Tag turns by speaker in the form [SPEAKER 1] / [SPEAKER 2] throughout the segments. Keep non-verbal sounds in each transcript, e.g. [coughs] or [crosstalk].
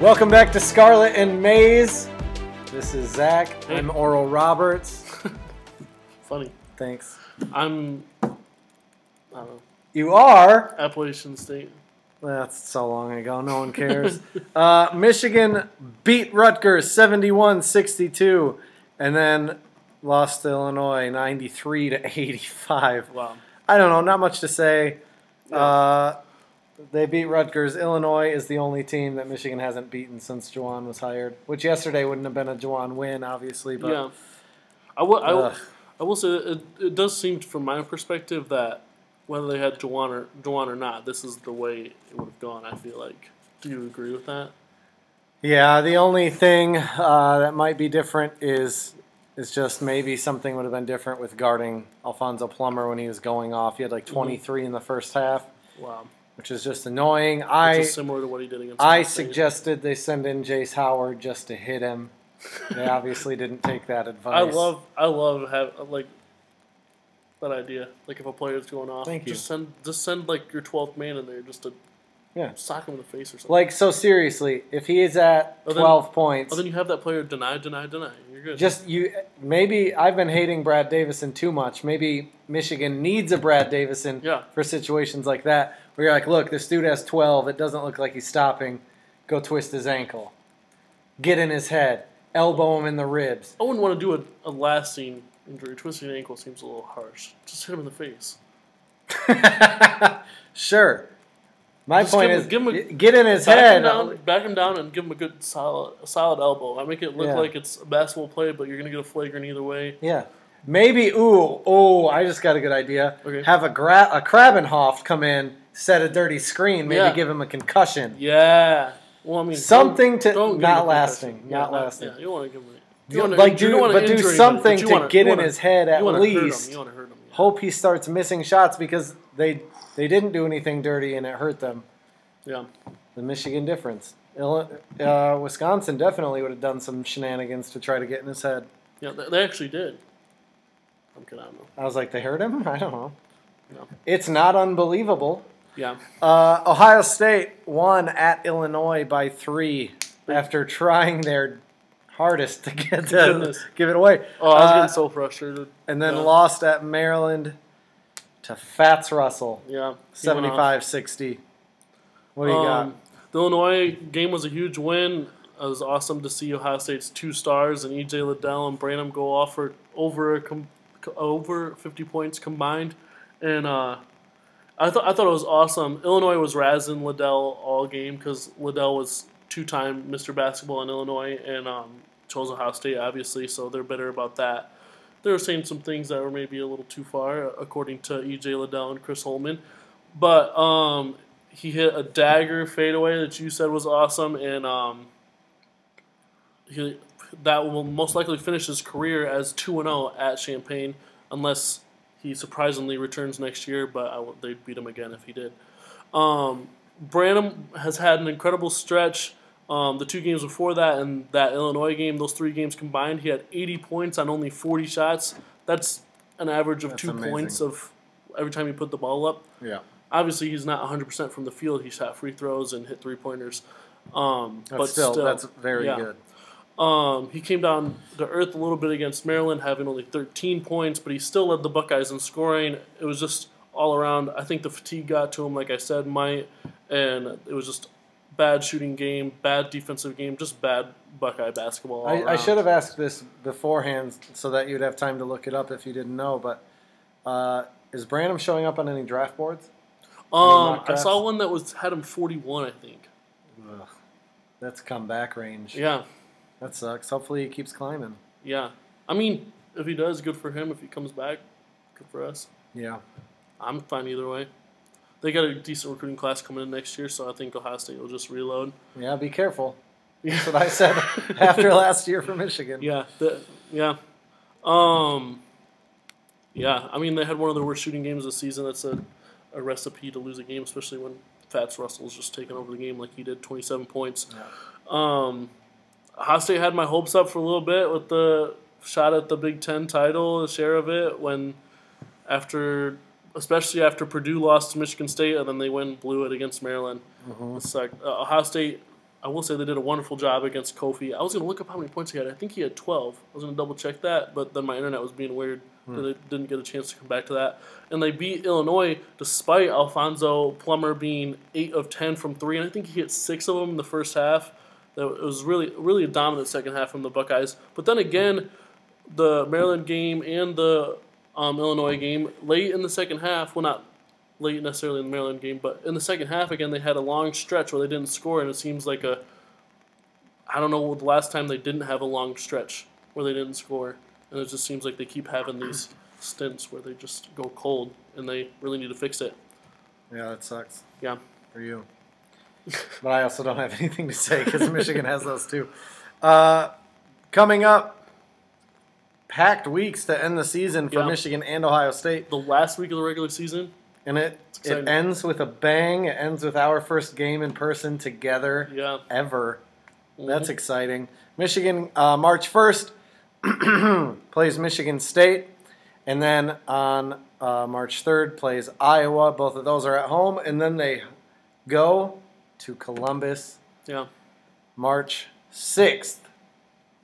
[SPEAKER 1] Welcome back to Scarlet and Maze. This is Zach. I'm Oral Roberts.
[SPEAKER 2] [laughs] Funny.
[SPEAKER 1] Thanks.
[SPEAKER 2] I'm. I don't know.
[SPEAKER 1] You are.
[SPEAKER 2] Appalachian State.
[SPEAKER 1] That's so long ago. No one
[SPEAKER 2] [laughs]
[SPEAKER 1] cares. uh, Michigan beat Rutgers 71 62 and then lost to Illinois 93 to 85.
[SPEAKER 2] Wow.
[SPEAKER 1] I don't know. Not much to say.
[SPEAKER 2] Yeah.
[SPEAKER 1] Uh, they beat Rutgers. Illinois is the only team that Michigan hasn't beaten since Jawan was hired, which yesterday wouldn't have been a Jawan win, obviously. But
[SPEAKER 2] yeah. I will. I, will
[SPEAKER 1] Ugh.
[SPEAKER 2] I will say that it, it does seem, from my perspective, that whether they had Juwan or Juwan or not, this is the way it would have gone. I feel like. Do you agree with that?
[SPEAKER 1] Yeah, the only thing uh, that might be different is is just maybe something would have been different with guarding Alfonso Plummer when he was going off. He had like
[SPEAKER 2] Mm-hmm.
[SPEAKER 1] 23 in the first half,
[SPEAKER 2] Wow.
[SPEAKER 1] which is just annoying.
[SPEAKER 2] Which
[SPEAKER 1] I
[SPEAKER 2] is similar to what he did against.
[SPEAKER 1] I
[SPEAKER 2] Ohio State.
[SPEAKER 1] suggested they send in Jace Howard just to hit him. They
[SPEAKER 2] [laughs]
[SPEAKER 1] obviously didn't take that
[SPEAKER 2] I
[SPEAKER 1] advice.
[SPEAKER 2] love. I love have like. That idea, like if a player's going off,
[SPEAKER 1] Thank you.
[SPEAKER 2] just send just send like your twelfth man in there just to
[SPEAKER 1] Yeah.
[SPEAKER 2] sock him in the face or something.
[SPEAKER 1] like so seriously, if he is at
[SPEAKER 2] Oh, then-
[SPEAKER 1] 12 points,
[SPEAKER 2] Oh, then you have that player deny, deny, deny. You're good.
[SPEAKER 1] just you maybe I've been hating Brad Davison too much. Maybe Michigan needs a Brad Davison
[SPEAKER 2] Yeah.
[SPEAKER 1] for situations like that where you're like, look, this dude has 12. It doesn't look like he's stopping. Go twist his ankle, get in his head, elbow him in the ribs. [laughs]
[SPEAKER 2] I wouldn't want to do a, a lasting injury. Twisting an ankle seems a little harsh. Just hit him in the face.
[SPEAKER 1] sure. My
[SPEAKER 2] Just
[SPEAKER 1] point
[SPEAKER 2] give him-
[SPEAKER 1] is,
[SPEAKER 2] give him a-
[SPEAKER 1] get in his
[SPEAKER 2] Back
[SPEAKER 1] head.
[SPEAKER 2] him down, back him down, and give him a good solid, a solid elbow. I make it look
[SPEAKER 1] Yeah.
[SPEAKER 2] like it's a basketball play, but you're gonna get a flagrant either way.
[SPEAKER 1] Yeah. Maybe, ooh, ooh, I just got a good idea.
[SPEAKER 2] Okay.
[SPEAKER 1] Have a, gra- a Krabenhoff come in, set a dirty screen, maybe
[SPEAKER 2] Yeah.
[SPEAKER 1] give him a concussion.
[SPEAKER 2] Yeah. Well, I mean,
[SPEAKER 1] Something
[SPEAKER 2] don't-
[SPEAKER 1] to-
[SPEAKER 2] don't give
[SPEAKER 1] not
[SPEAKER 2] him a
[SPEAKER 1] lasting,
[SPEAKER 2] concussion.
[SPEAKER 1] not
[SPEAKER 2] yeah,
[SPEAKER 1] lasting.
[SPEAKER 2] Yeah, you want to give him. a-
[SPEAKER 1] Yeah,
[SPEAKER 2] You wanna
[SPEAKER 1] like,
[SPEAKER 2] injure- you
[SPEAKER 1] do-
[SPEAKER 2] wanna
[SPEAKER 1] but do
[SPEAKER 2] injure him,
[SPEAKER 1] something
[SPEAKER 2] you
[SPEAKER 1] to
[SPEAKER 2] wanna-
[SPEAKER 1] get
[SPEAKER 2] you
[SPEAKER 1] in
[SPEAKER 2] wanna-
[SPEAKER 1] his head at
[SPEAKER 2] you wanna hurt him,
[SPEAKER 1] least.
[SPEAKER 2] You want to hurt him. yeah.
[SPEAKER 1] hope he starts missing shots because they they didn't do anything dirty and it hurt them.
[SPEAKER 2] Yeah.
[SPEAKER 1] The Michigan difference. Illi- Uh, Wisconsin definitely would have done some shenanigans to try to get in his head.
[SPEAKER 2] Yeah, they, they actually did. I'm kidding. I don't know.
[SPEAKER 1] I was like, they hurt him? [laughs] I don't know.
[SPEAKER 2] No.
[SPEAKER 1] It's not unbelievable.
[SPEAKER 2] Yeah.
[SPEAKER 1] Uh, Ohio State won at Illinois by three after trying their hardest to get [laughs] to
[SPEAKER 2] Goodness.
[SPEAKER 1] give it away.
[SPEAKER 2] Oh, I was
[SPEAKER 1] Uh,
[SPEAKER 2] getting so frustrated.
[SPEAKER 1] and then
[SPEAKER 2] Yeah.
[SPEAKER 1] lost at Maryland to Fats Russell,
[SPEAKER 2] Yeah. he went off.
[SPEAKER 1] 75-60. What do you got?
[SPEAKER 2] Um, The Illinois game was a huge win. It was awesome to see Ohio State's two stars and EJ Liddell and Branham go off for over a com- over 50 points combined, and uh, I thought I thought it was awesome. Illinois was razzing Liddell all game because Liddell was two-time Mr. Basketball in Illinois and um, chose Ohio State obviously, so they're bitter about that. They were saying some things that were maybe a little too far, according to EJ Liddell and Chris Holman. But um, he hit a dagger fadeaway that you said was awesome, and um, he, that will most likely finish his career as two and zero at Champaign, unless he surprisingly returns next year. But I, would- they'd beat him again if he did. Um, Branham has had an incredible stretch. Um, the two games before that and that Illinois game, those three games combined, he had 80 points on only 40 shots. That's an average of
[SPEAKER 1] That's
[SPEAKER 2] two
[SPEAKER 1] amazing.
[SPEAKER 2] points of every time he put the ball up
[SPEAKER 1] yeah,
[SPEAKER 2] obviously he's not 100% from the field. He shot free throws and hit three pointers. Um,
[SPEAKER 1] but,
[SPEAKER 2] but
[SPEAKER 1] still, that's very
[SPEAKER 2] yeah.
[SPEAKER 1] good.
[SPEAKER 2] Um, he came down to earth a little bit against Maryland, having only 13 points, but he still led the Buckeyes in scoring. It was just all around. I think the fatigue got to him, like I said, might, and it was just bad shooting game, bad defensive game, just bad Buckeye basketball. all
[SPEAKER 1] I, I
[SPEAKER 2] around.
[SPEAKER 1] should have asked this beforehand so that you'd have time to look it up if you didn't know. But uh, is Branham showing up on any draft boards?
[SPEAKER 2] Um,
[SPEAKER 1] mock
[SPEAKER 2] I saw
[SPEAKER 1] drafts.
[SPEAKER 2] one that was had him 41, I think.
[SPEAKER 1] Ugh, that's comeback range.
[SPEAKER 2] Yeah,
[SPEAKER 1] That sucks. Hopefully, he keeps climbing.
[SPEAKER 2] yeah. I mean, if he does, good for him. If he comes back, good for us.
[SPEAKER 1] Yeah.
[SPEAKER 2] I'm fine either way. They got a decent recruiting class coming in next year, so I think Ohio State will just reload.
[SPEAKER 1] Yeah, be careful.
[SPEAKER 2] Yeah.
[SPEAKER 1] That's what I
[SPEAKER 2] [laughs]
[SPEAKER 1] said [laughs] after last year for Michigan.
[SPEAKER 2] Yeah, the, yeah, um, yeah. I mean, they had one of the worst shooting games this season. That's a, a recipe to lose a game, especially when Fats Russell's just taking over the game like he did, 27 points.
[SPEAKER 1] Yeah.
[SPEAKER 2] Um, Ohio State had my hopes up for a little bit with the shot at the Big Ten title, a share of it when after. Especially after Purdue lost to Michigan State, and then they went and blew it against Maryland. It sucked. Uh, Ohio State I will say they did a wonderful job against Kofi. I was going to look up how many points he had. I think he had 12. I was going to double check that, but then my internet was being weird. and I didn't get a chance to come back to that. And they beat Illinois despite Alfonso Plummer being 8 of 10 from 3. And I think he hit 6 of them in the first half. That It was really, really a dominant second half from the Buckeyes. But then again, the Maryland game and the um, Illinois game late in the second half. Well, not late necessarily in the Maryland game, but in the second half again, they had a long stretch where they didn't score, and it seems like a I don't know the last time they didn't have a long stretch where they didn't score, and it just seems like they keep having these stints where they just go cold, and they really need to fix it.
[SPEAKER 1] Yeah, that sucks
[SPEAKER 2] Yeah,
[SPEAKER 1] for you. but I also don't have anything to say because Michigan has those too. Uh, coming up, packed weeks to end the season for
[SPEAKER 2] Yeah.
[SPEAKER 1] Michigan and Ohio State,
[SPEAKER 2] the last week of the regular season.
[SPEAKER 1] and it it
[SPEAKER 2] exciting.
[SPEAKER 1] ends with a bang. It ends with our first game in person together
[SPEAKER 2] Yeah,
[SPEAKER 1] ever. That's
[SPEAKER 2] Mhm.
[SPEAKER 1] exciting. Michigan, uh, March 1st, [clears throat] plays Michigan State. And then on uh, March 3rd, plays Iowa. Both of those are at home. And then they go to Columbus
[SPEAKER 2] yeah,
[SPEAKER 1] March 6th,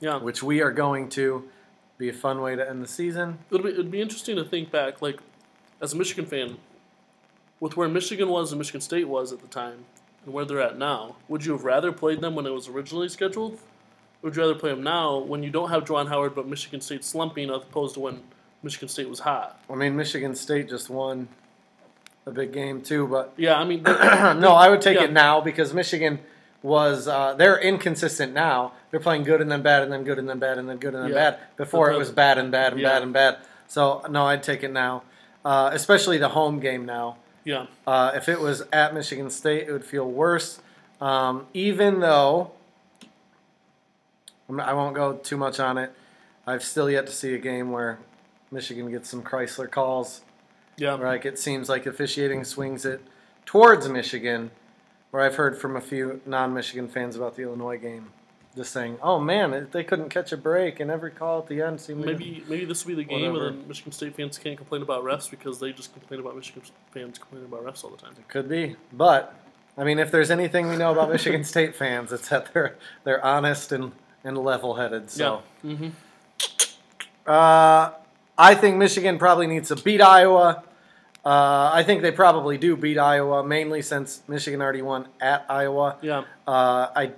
[SPEAKER 2] yeah.
[SPEAKER 1] which we are going to. Be a fun way to end the season.
[SPEAKER 2] It'd be, it'd be interesting to think back, like, as a Michigan fan, with where Michigan was and Michigan State was at the time, and where they're at now, would you have rather played them when it was originally scheduled? Or would you rather play them now when you don't have John Howard but Michigan State slumping as opposed to when Michigan State was hot?
[SPEAKER 1] I mean, Michigan State just won a big game, too, but
[SPEAKER 2] Yeah, I
[SPEAKER 1] [clears throat]
[SPEAKER 2] mean,
[SPEAKER 1] no, I would take
[SPEAKER 2] Yeah.
[SPEAKER 1] it now because Michigan was uh, they're inconsistent now. They're playing good and then bad and then good and then bad and then good and then
[SPEAKER 2] Yeah.
[SPEAKER 1] bad. Before it
[SPEAKER 2] That's-
[SPEAKER 1] was bad and bad and
[SPEAKER 2] Yeah.
[SPEAKER 1] bad and bad. So no, I'd take it now, uh, especially the home game now.
[SPEAKER 2] [coughs] yeah,
[SPEAKER 1] Uh, if it was at Michigan State, it would feel worse. Um, even though I'm- I won't go too much on it, I've still yet to see a game where Michigan gets some Chrysler calls
[SPEAKER 2] yeah,
[SPEAKER 1] like it seems like officiating swings it towards Michigan, where I've heard from a few non-Michigan fans about the Illinois game, just saying, "Oh man, it- they couldn't catch a break, and every call at the end seemed
[SPEAKER 2] Maybe maybe this will be the game,
[SPEAKER 1] Whatever.
[SPEAKER 2] and then Michigan State fans can't complain about refs because they just complain about Michigan fans complaining about refs all the time.
[SPEAKER 1] could be." But I mean, if there's anything we know about
[SPEAKER 2] [laughs]
[SPEAKER 1] Michigan State fans, it's that they're they're honest and and level-headed. So
[SPEAKER 2] Yeah. Mm-hmm.
[SPEAKER 1] uh, I think Michigan probably needs to beat Iowa. Uh, I think they probably do beat Iowa, mainly since Michigan already won at Iowa.
[SPEAKER 2] Yeah.
[SPEAKER 1] Uh, I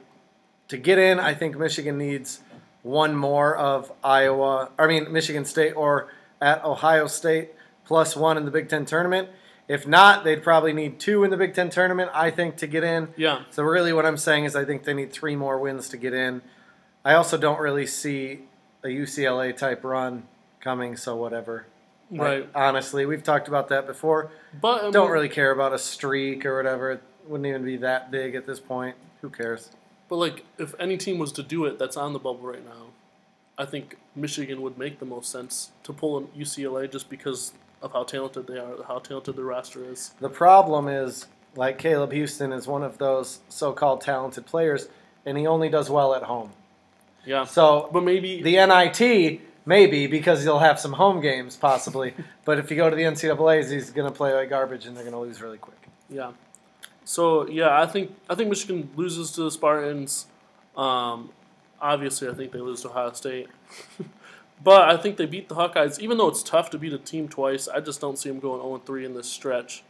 [SPEAKER 1] to get in, I think Michigan needs one more of Iowa. I mean Michigan State or at Ohio State plus one in the Big Ten tournament. If not, they'd probably need two in the Big Ten tournament. I think to get in.
[SPEAKER 2] Yeah.
[SPEAKER 1] So really, what I'm saying is, I think they need three more wins to get in. I also don't really see a UCLA type run coming. So whatever. Like,
[SPEAKER 2] Right.
[SPEAKER 1] honestly, we've talked about that before
[SPEAKER 2] But I mean,
[SPEAKER 1] don't really care about a streak or whatever. It wouldn't even be that big at this point. Who cares?
[SPEAKER 2] But like, if any team was to do it, that's on the bubble right now. I think Michigan would make the most sense to pull in UCLA just because of how talented they are, how talented their roster is.
[SPEAKER 1] The problem is, like Caleb Houston is one of those so-called talented players, and he only does well at home.
[SPEAKER 2] Yeah.
[SPEAKER 1] So
[SPEAKER 2] but maybe
[SPEAKER 1] the NIT maybe because he'll have some home games possibly, [laughs] but if you go to the NCAA's, he's gonna play like garbage and they're gonna lose really quick.
[SPEAKER 2] yeah. So yeah, I think I think Michigan loses to the Spartans. Um, obviously, I think they lose to Ohio State. [laughs] but I think they beat the Hawkeyes, even though it's tough to beat a team twice. I just don't see them going 0 3 in this stretch.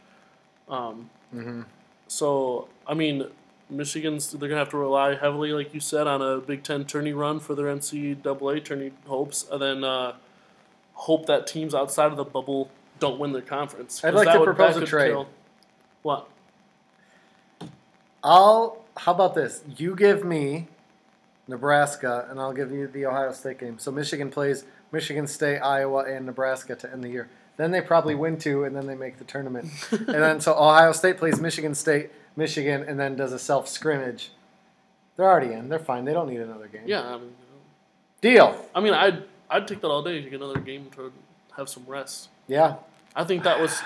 [SPEAKER 2] Um,
[SPEAKER 1] Mm-hmm.
[SPEAKER 2] So I mean, Michigan's they're gonna have to rely heavily, like you said, on a Big Ten tourney run for their NCAA tourney hopes, and then uh, hope that teams outside of the bubble don't win their conference.
[SPEAKER 1] I'd
[SPEAKER 2] 'Cause
[SPEAKER 1] like
[SPEAKER 2] that
[SPEAKER 1] to
[SPEAKER 2] would- that
[SPEAKER 1] propose a
[SPEAKER 2] could
[SPEAKER 1] trade.
[SPEAKER 2] kill- What?
[SPEAKER 1] I'll. How about this? You give me Nebraska, and I'll give you the Ohio State game. So Michigan plays Michigan State, Iowa, and Nebraska to end the year. Then they probably win two, and then they make the tournament. and then so Ohio State plays Michigan State, Michigan, and then does a self scrimmage. They're already in. They're fine. They don't need another game.
[SPEAKER 2] Yeah, I mean, you know.
[SPEAKER 1] Deal.
[SPEAKER 2] I mean, I'd I'd take that all day to get another game to have some rest.
[SPEAKER 1] Yeah.
[SPEAKER 2] I think that was.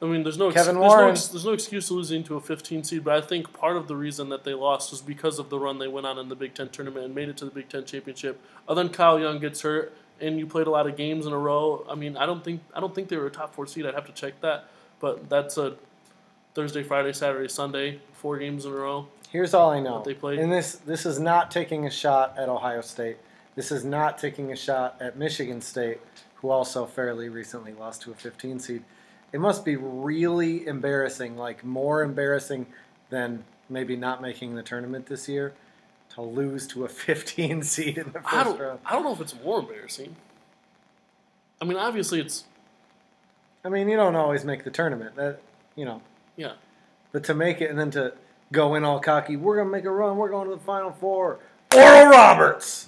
[SPEAKER 2] I mean, there's no ex-
[SPEAKER 1] Kevin
[SPEAKER 2] there's no,
[SPEAKER 1] Warren.
[SPEAKER 2] ex- there's no excuse to losing to a 15 seed, but I think part of the reason that they lost was because of the run they went on in the Big Ten tournament and made it to the Big Ten championship. Other than Kyle Young gets hurt, and you played a lot of games in a row. I mean, I don't think I don't think they were a top four seed. I'd have to check that, but that's a Thursday, Friday, Saturday, Sunday, four games in a row.
[SPEAKER 1] Here's all I know.
[SPEAKER 2] What they played?
[SPEAKER 1] And this this is not taking a shot at Ohio State. This is not taking a shot at Michigan State, who also fairly recently lost to a 15 seed. It must be really embarrassing, like more embarrassing than maybe not making the tournament this year, to lose to a [laughs] 15 seed in the
[SPEAKER 2] I
[SPEAKER 1] first
[SPEAKER 2] don't,
[SPEAKER 1] round.
[SPEAKER 2] I don't know if it's more embarrassing. I mean, obviously it's
[SPEAKER 1] I mean, you don't always make the tournament. That you know,
[SPEAKER 2] yeah.
[SPEAKER 1] But to make it and then to go in all cocky, we're gonna make a run, we're going to the final four. Oral Roberts.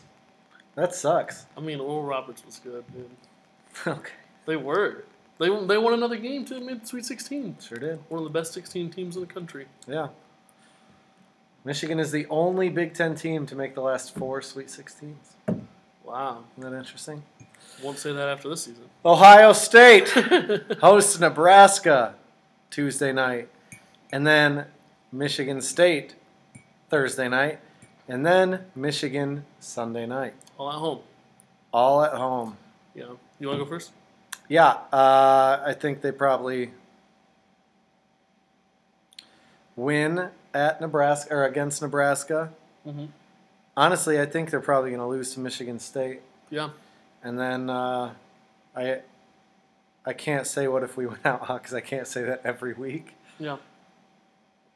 [SPEAKER 1] That sucks.
[SPEAKER 2] I mean, Oral Roberts was good, dude.
[SPEAKER 1] okay.
[SPEAKER 2] They were. They they won another game to mid Sweet 16.
[SPEAKER 1] Sure did.
[SPEAKER 2] One of the best 16 teams in the country.
[SPEAKER 1] Yeah. Michigan is the only Big Ten team to make the last four Sweet 16s.
[SPEAKER 2] Wow.
[SPEAKER 1] Isn't that interesting?
[SPEAKER 2] Won't say that after
[SPEAKER 1] [laughs]
[SPEAKER 2] this season.
[SPEAKER 1] Ohio State
[SPEAKER 2] [laughs]
[SPEAKER 1] hosts Nebraska Tuesday night, and then Michigan State Thursday night, and then Michigan Sunday night.
[SPEAKER 2] All at home.
[SPEAKER 1] All at home.
[SPEAKER 2] Yeah. You want to go first?
[SPEAKER 1] Yeah, uh, I think they probably win at Nebraska or against Nebraska.
[SPEAKER 2] Mm-hmm.
[SPEAKER 1] Honestly, I think they're probably going to lose to Michigan State,
[SPEAKER 2] Yeah.
[SPEAKER 1] and then uh, I I can't say what if we [laughs] went out because I can't say that every week.
[SPEAKER 2] Yeah.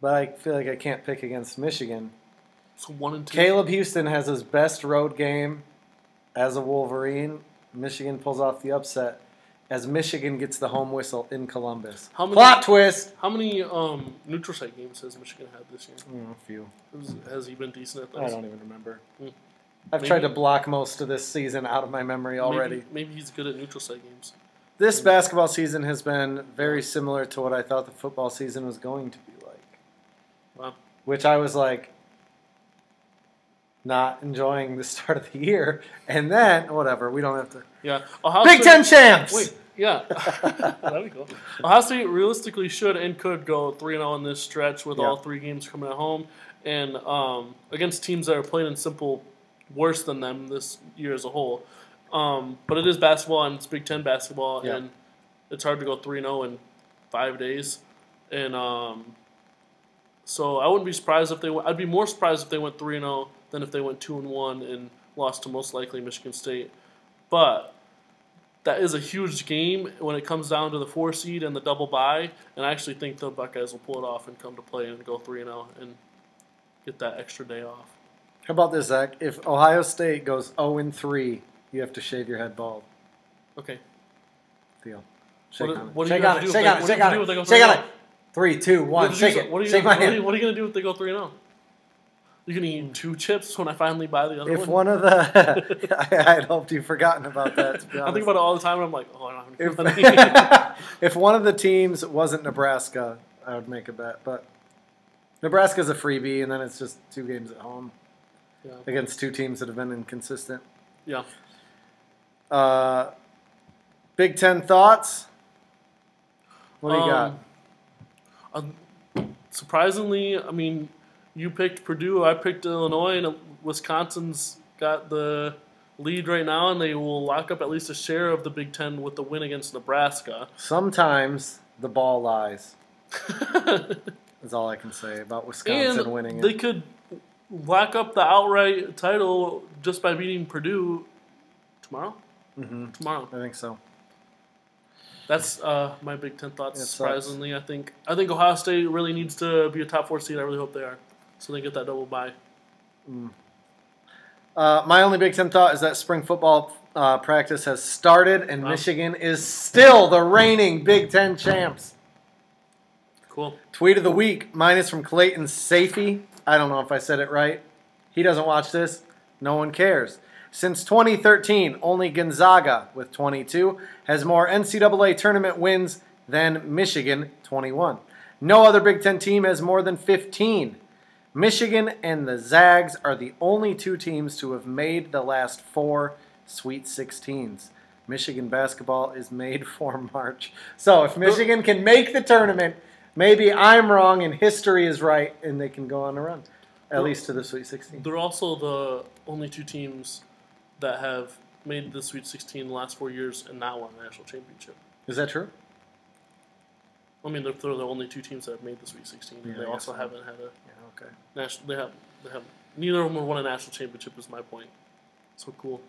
[SPEAKER 1] But I feel like I can't pick against Michigan.
[SPEAKER 2] So one and two.
[SPEAKER 1] Caleb Houston has his best road game as a Wolverine. Michigan pulls off the upset as Michigan gets the home whistle in Columbus.
[SPEAKER 2] How many-
[SPEAKER 1] Plot twist.
[SPEAKER 2] How many um, neutral site games has Michigan had this year?
[SPEAKER 1] Mm, a few.
[SPEAKER 2] Has, has he been decent at
[SPEAKER 1] I
[SPEAKER 2] those?
[SPEAKER 1] don't even remember.
[SPEAKER 2] Mm.
[SPEAKER 1] I've
[SPEAKER 2] Maybe-
[SPEAKER 1] tried to block most of this season out of my memory already.
[SPEAKER 2] Maybe, maybe he's good at neutral site games.
[SPEAKER 1] This basketball season has been very similar to what I thought the football season was going to be like,
[SPEAKER 2] Wow.
[SPEAKER 1] which I was like not enjoying the [laughs] start of the year. And then, whatever, we don't have to.
[SPEAKER 2] Yeah. Ohio
[SPEAKER 1] Big
[SPEAKER 2] State-
[SPEAKER 1] Ten champs!
[SPEAKER 2] Wait, yeah, [laughs] that'd be cool. Ohio State realistically should and could go three and zero in this stretch with
[SPEAKER 1] Yeah.
[SPEAKER 2] all three games coming at home and um, against teams that are plain and simple worse than them this year as a whole. Um, but it is basketball and it's Big Ten basketball,
[SPEAKER 1] Yeah.
[SPEAKER 2] and it's hard to go three and zero in five days. And um, so I wouldn't be surprised if they. Went, I'd be more surprised if they went three and zero than if they went two and one and lost to most likely Michigan State. But that is a huge game when it comes down to the four seed and the double bye. And I actually think the Buckeyes will pull it off and come to play and go three and zero and get that extra day off.
[SPEAKER 1] How about this, Zach? If Ohio State goes 0 and 3, you have to shave your head bald.
[SPEAKER 2] Okay,
[SPEAKER 1] Deal. Shake
[SPEAKER 2] What-
[SPEAKER 1] on it.
[SPEAKER 2] what are you
[SPEAKER 1] Shake on
[SPEAKER 2] gonna do
[SPEAKER 1] it.
[SPEAKER 2] if
[SPEAKER 1] Shake
[SPEAKER 2] they-
[SPEAKER 1] on
[SPEAKER 2] what
[SPEAKER 1] it.
[SPEAKER 2] are
[SPEAKER 1] Shake
[SPEAKER 2] you
[SPEAKER 1] on
[SPEAKER 2] gonna do
[SPEAKER 1] it.
[SPEAKER 2] if they
[SPEAKER 1] Shake
[SPEAKER 2] go oh
[SPEAKER 1] on it. Three, two, one.
[SPEAKER 2] What are you
[SPEAKER 1] Shake
[SPEAKER 2] gonna do-
[SPEAKER 1] it.
[SPEAKER 2] What are you,
[SPEAKER 1] Shake my
[SPEAKER 2] gonna, what are you-
[SPEAKER 1] hand.
[SPEAKER 2] What are you gonna do if they go three and zero? You're gonna eat two chips when I finally buy the other
[SPEAKER 1] If one
[SPEAKER 2] one.
[SPEAKER 1] of the, [laughs] I I had hoped you'd forgotten about that. [laughs] To be
[SPEAKER 2] [laughs] [laughs] I think
[SPEAKER 1] honest.
[SPEAKER 2] about it all the time, and I'm like, oh, I don't have
[SPEAKER 1] [laughs]
[SPEAKER 2] any money.
[SPEAKER 1] if, if one of the teams wasn't Nebraska, I would make a bet. But Nebraska's a freebie, and then it's just two games at home
[SPEAKER 2] yeah.
[SPEAKER 1] against two teams that have been inconsistent.
[SPEAKER 2] [laughs] yeah,
[SPEAKER 1] Uh, Big Ten thoughts. What do you got?
[SPEAKER 2] Um, um, surprisingly, I mean, you picked Purdue, I picked Illinois, and uh, Wisconsin's got the lead right now, and they will lock up at least a share of the Big Ten with the win against
[SPEAKER 1] [laughs]
[SPEAKER 2] Nebraska. [laughs]
[SPEAKER 1] Sometimes the ball lies.
[SPEAKER 2] and
[SPEAKER 1] Is all I can say about Wisconsin winning.
[SPEAKER 2] they
[SPEAKER 1] it.
[SPEAKER 2] could lock up the outright title just by beating Purdue tomorrow.
[SPEAKER 1] hmm
[SPEAKER 2] Tomorrow.
[SPEAKER 1] I think so.
[SPEAKER 2] That's uh, my Big Ten thoughts.
[SPEAKER 1] It sucks.
[SPEAKER 2] surprisingly, I think I think Ohio State really needs to be a top four seed. I really hope they are, so they get that double bye.
[SPEAKER 1] Uh, my only Big Ten thought is that spring football uh, practice has started, and
[SPEAKER 2] Wow.
[SPEAKER 1] Michigan is still the reigning Big Ten champs.
[SPEAKER 2] Cool.
[SPEAKER 1] Tweet of the week. Mine is from Clayton Safey. I don't know if I said it right. He doesn't watch this. No one cares. Since 2013, only Gonzaga, with 22, has more NCAA tournament wins than Michigan, 21. No other Big Ten team has more than 15. Michigan and the Zags are the only two teams to have made the last four Sweet 16s. Michigan basketball is made [laughs] for March. So if Michigan can make the tournament, maybe I'm wrong and history is right and they can go on a run, at least to the Sweet 16.
[SPEAKER 2] They're also the only two teams that have made the Sweet 16 the last four years and not won a national championship.
[SPEAKER 1] Is that true?
[SPEAKER 2] I mean, they're, they're the only two teams that have made this Week 16. and
[SPEAKER 1] Yeah,
[SPEAKER 2] they
[SPEAKER 1] I
[SPEAKER 2] also
[SPEAKER 1] guess so.
[SPEAKER 2] haven't had a
[SPEAKER 1] Yeah, okay.
[SPEAKER 2] national. They have. They have. Neither of them have won a national championship. Is my point. So cool.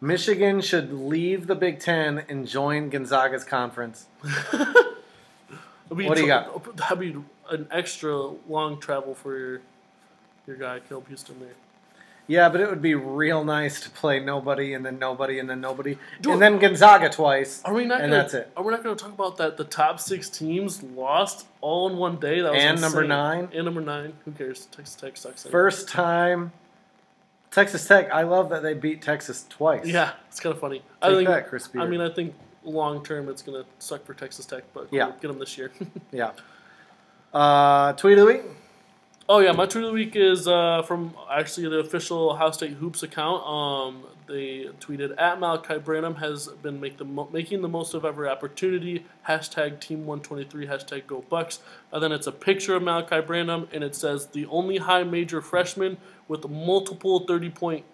[SPEAKER 1] Michigan should leave the Big Ten and join Gonzaga's conference.
[SPEAKER 2] It'd be
[SPEAKER 1] What do you
[SPEAKER 2] tr- That'd be an extra long travel for your your guy, Caleb Houston. There.
[SPEAKER 1] Yeah, but it would be real nice to play nobody and then nobody and then nobody
[SPEAKER 2] Do
[SPEAKER 1] and
[SPEAKER 2] it.
[SPEAKER 1] then Gonzaga twice.
[SPEAKER 2] Are we not?
[SPEAKER 1] And
[SPEAKER 2] gonna,
[SPEAKER 1] that's it.
[SPEAKER 2] Are we not going to talk about that? The top six teams lost all in one day. That was
[SPEAKER 1] And number
[SPEAKER 2] insane.
[SPEAKER 1] nine.
[SPEAKER 2] And number nine. Who cares? Texas Tech sucks. anyway.
[SPEAKER 1] First time Texas Tech. I love that they beat Texas twice.
[SPEAKER 2] Yeah, it's kind of funny. I
[SPEAKER 1] Take
[SPEAKER 2] think.
[SPEAKER 1] that, Chris
[SPEAKER 2] I
[SPEAKER 1] Beard.
[SPEAKER 2] mean, I think long term it's going to suck for Texas Tech, but
[SPEAKER 1] Yeah.
[SPEAKER 2] we'll get them this year. [laughs]
[SPEAKER 1] yeah. Uh, tweet of the week.
[SPEAKER 2] Oh yeah, my tweet of the week is uh, from actually the official House State Hoops account. Um, they tweeted at Malachi Branham has been make the mo- making the most of every opportunity. Hashtag Team One Twenty Three. Hashtag Go Bucks. And then it's a picture of Malachi Branham, and it says the only high major freshman with multiple thirty point,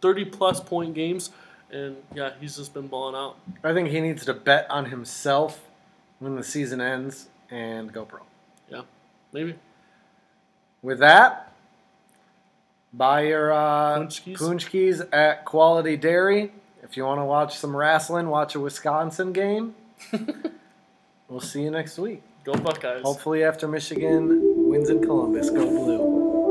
[SPEAKER 2] thirty plus point games. And yeah, he's just been balling out.
[SPEAKER 1] I think he needs to bet on himself when the season ends and go pro.
[SPEAKER 2] Yeah, maybe.
[SPEAKER 1] With that, buy your uh,
[SPEAKER 2] Punchkis.
[SPEAKER 1] punchkis at Quality Dairy. If you want to watch some wrestling, watch a Wisconsin game. we'll see you next week.
[SPEAKER 2] Go Buckeyes.
[SPEAKER 1] Hopefully, after Michigan wins in Columbus, go blue.